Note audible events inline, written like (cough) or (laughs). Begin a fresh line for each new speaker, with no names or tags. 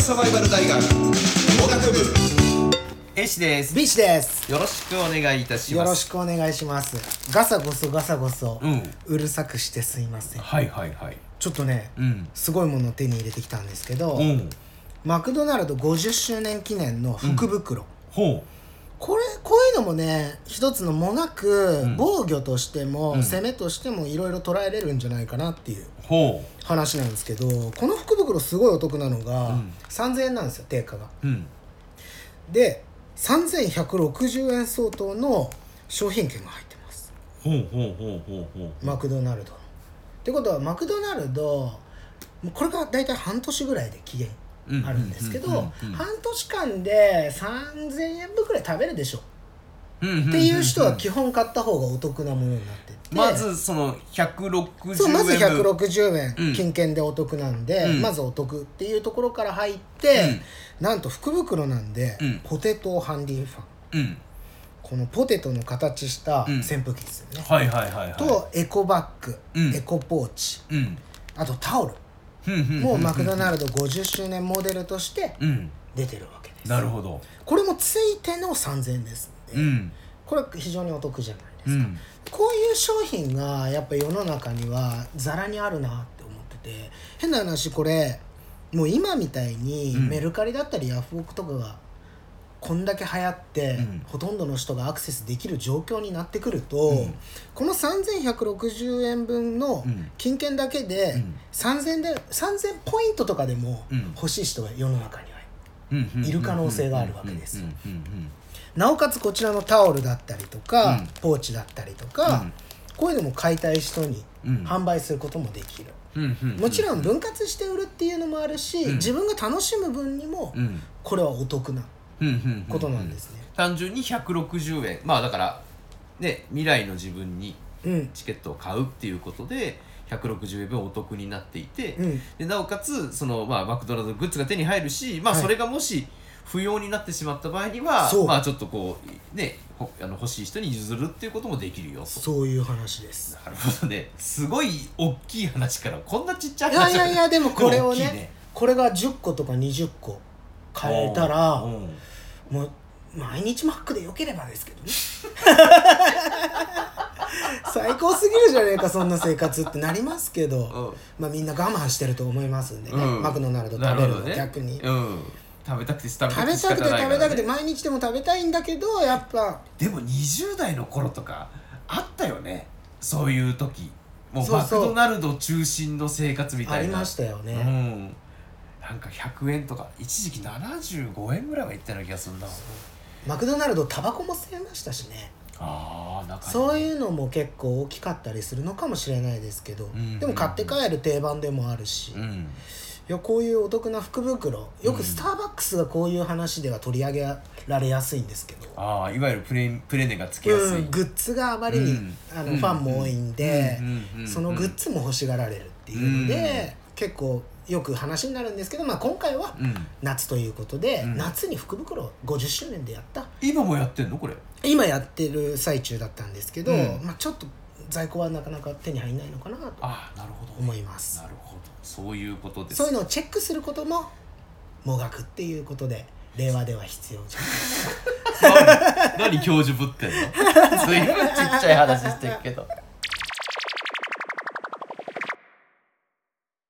サバイバル大学農学部
絵師です
ビーチです
よろしくお願いいたし
よ
ます
ろしくお願いしますガサゴソガサゴソ、
うん
うるさくしてすいません
はいはいはい
ちょっとね、
うん
すごいものを手に入れてきたんですけど、
うん
マクドナルド50周年記念の福袋、
ほ
これこういうのもね一つのもなく、
うん
防御としても、
うん
攻めとしてもいろいろ捉えれるんじゃないかなっていう
うほ
話なんですけどこの福袋すごいお得なのが、
うん
3000円なんですよ定価が
ううん
で3160円相当の商品券が入ってます
ほうほうほうほうほう
マクドナルドのってことはマクドナルドもうこれが大体半年ぐらいで期限
うん
あるんですけど
うんうん
半年間で3000円分くらい食べるでしょ
うんうん
っていう人は基本買った方がお得なものになってて
まずその160円
そうまず
分
160
うん
円金券でお得なんで、
うん
まずお得っていうところから入って、なんと福袋なんで、
うん
ポテトハンディファン
うん
このポテトの形した
うん
扇風機ですよね、
はいはいはいはい
とエコバッグ、
うん
エコポーチ
うん
あとタオル
うんんん
もうマクドナルド50周年モデルとして
うん
出てるわけです
なるほど
これもついての3000円ですんで
うん
これは非常にお得じゃないで
う
すか、
ん
こういう商品がやっぱ世の中にはざらにあるなって思ってて変な話これもう今みたいに
うん
メルカリだったりヤフオクとかがこんだけ流行って、
うん
ほとんどの人がアクセスできる状況になってくると、
うん
この3160円分の
うん
金券だけで、
うん
3000で3000ポイントとかでも
うん
欲しい人が世の中には
うんうん
いる可能性があるわけです
うんうん
なおかつこちらのタオルだったりとか、
うん
ポーチだったりと
う
か、
ん
こういうのも買いたい人に
うんうん
販売することもできる、
うんうん
もちろん分割して売るっていうのもあるし、
うん
自分が楽しむ分にも
うん
これはお得な
うんうん
ことなんですね、
単純に160円まあだからね未来の自分に
うんうん
チケットを買うっていうことで160円分お得になっていて、でなおかつその、まあ、マクドナルドグッズが手に入るし、まあ、
はい
それがもし不要になってしまった場合には、
そう
まあちょっとこうねほあの欲しい人に譲るっていうこともできるよと。
そういう話
(laughs)
です
なるほどねすごい大きい話からこんなちっちゃい
いや
話
いやいやでもこれを
で
ね
も大きい
これが10個とか20個買えたら
うんうん
もう毎日マックでよければで
(laughs)
すけどね最高すぎるじゃねえかそんな生活ってなりますけど、
うん
まあみんな我慢してると思いますんでね、
うん
マクドナルド
な
食
る
べ
ほ
る
ど
の、
ね
逆に、
うん、食べたくて食べ
食べたくて食べたくて毎日でも食べたいんだけどやっぱ
でも20代の頃とかあったよねそういう時もう
そうそ
マ
う
クドナルド中心の生活みたい
あ
な
りましたよ
う
ね、
んなんか100円とか一時期75円ぐらいはいったような気がするんだ
マクドナルドタバコも吸えましたしね、
ああなんかね
そういうのも結構大きかったりするのかもしれないですけど、
ん
でも買って帰る定番でもあるし、
う
い
ん
やこういうお得な福袋よくスターバックスがこういう話では取り上げられやすいんですけど、
ああいわゆるプレプレネがつきやす
う
い、
ん、グッズがあまりに、
うん
あ
うん
のファンも多いんで、
うんうん
そのグッズも欲しがられるっていうので、結構よく話になるんですけど、まあ、今回は
うん
夏ということで、
うん
夏に福袋50周年でやった
今もやってんのこれ
今やってる最中だったんですけど、
うん
まあ、ちょっと在庫はなかなか手に入らないのかなと
ああなるほど
思います
なるほどそういうことです
そういうのをチェックすることももがくっていうことで令和では必要じゃない
(laughs) 何何教授ぶってんの随分ちっちゃい話してるけど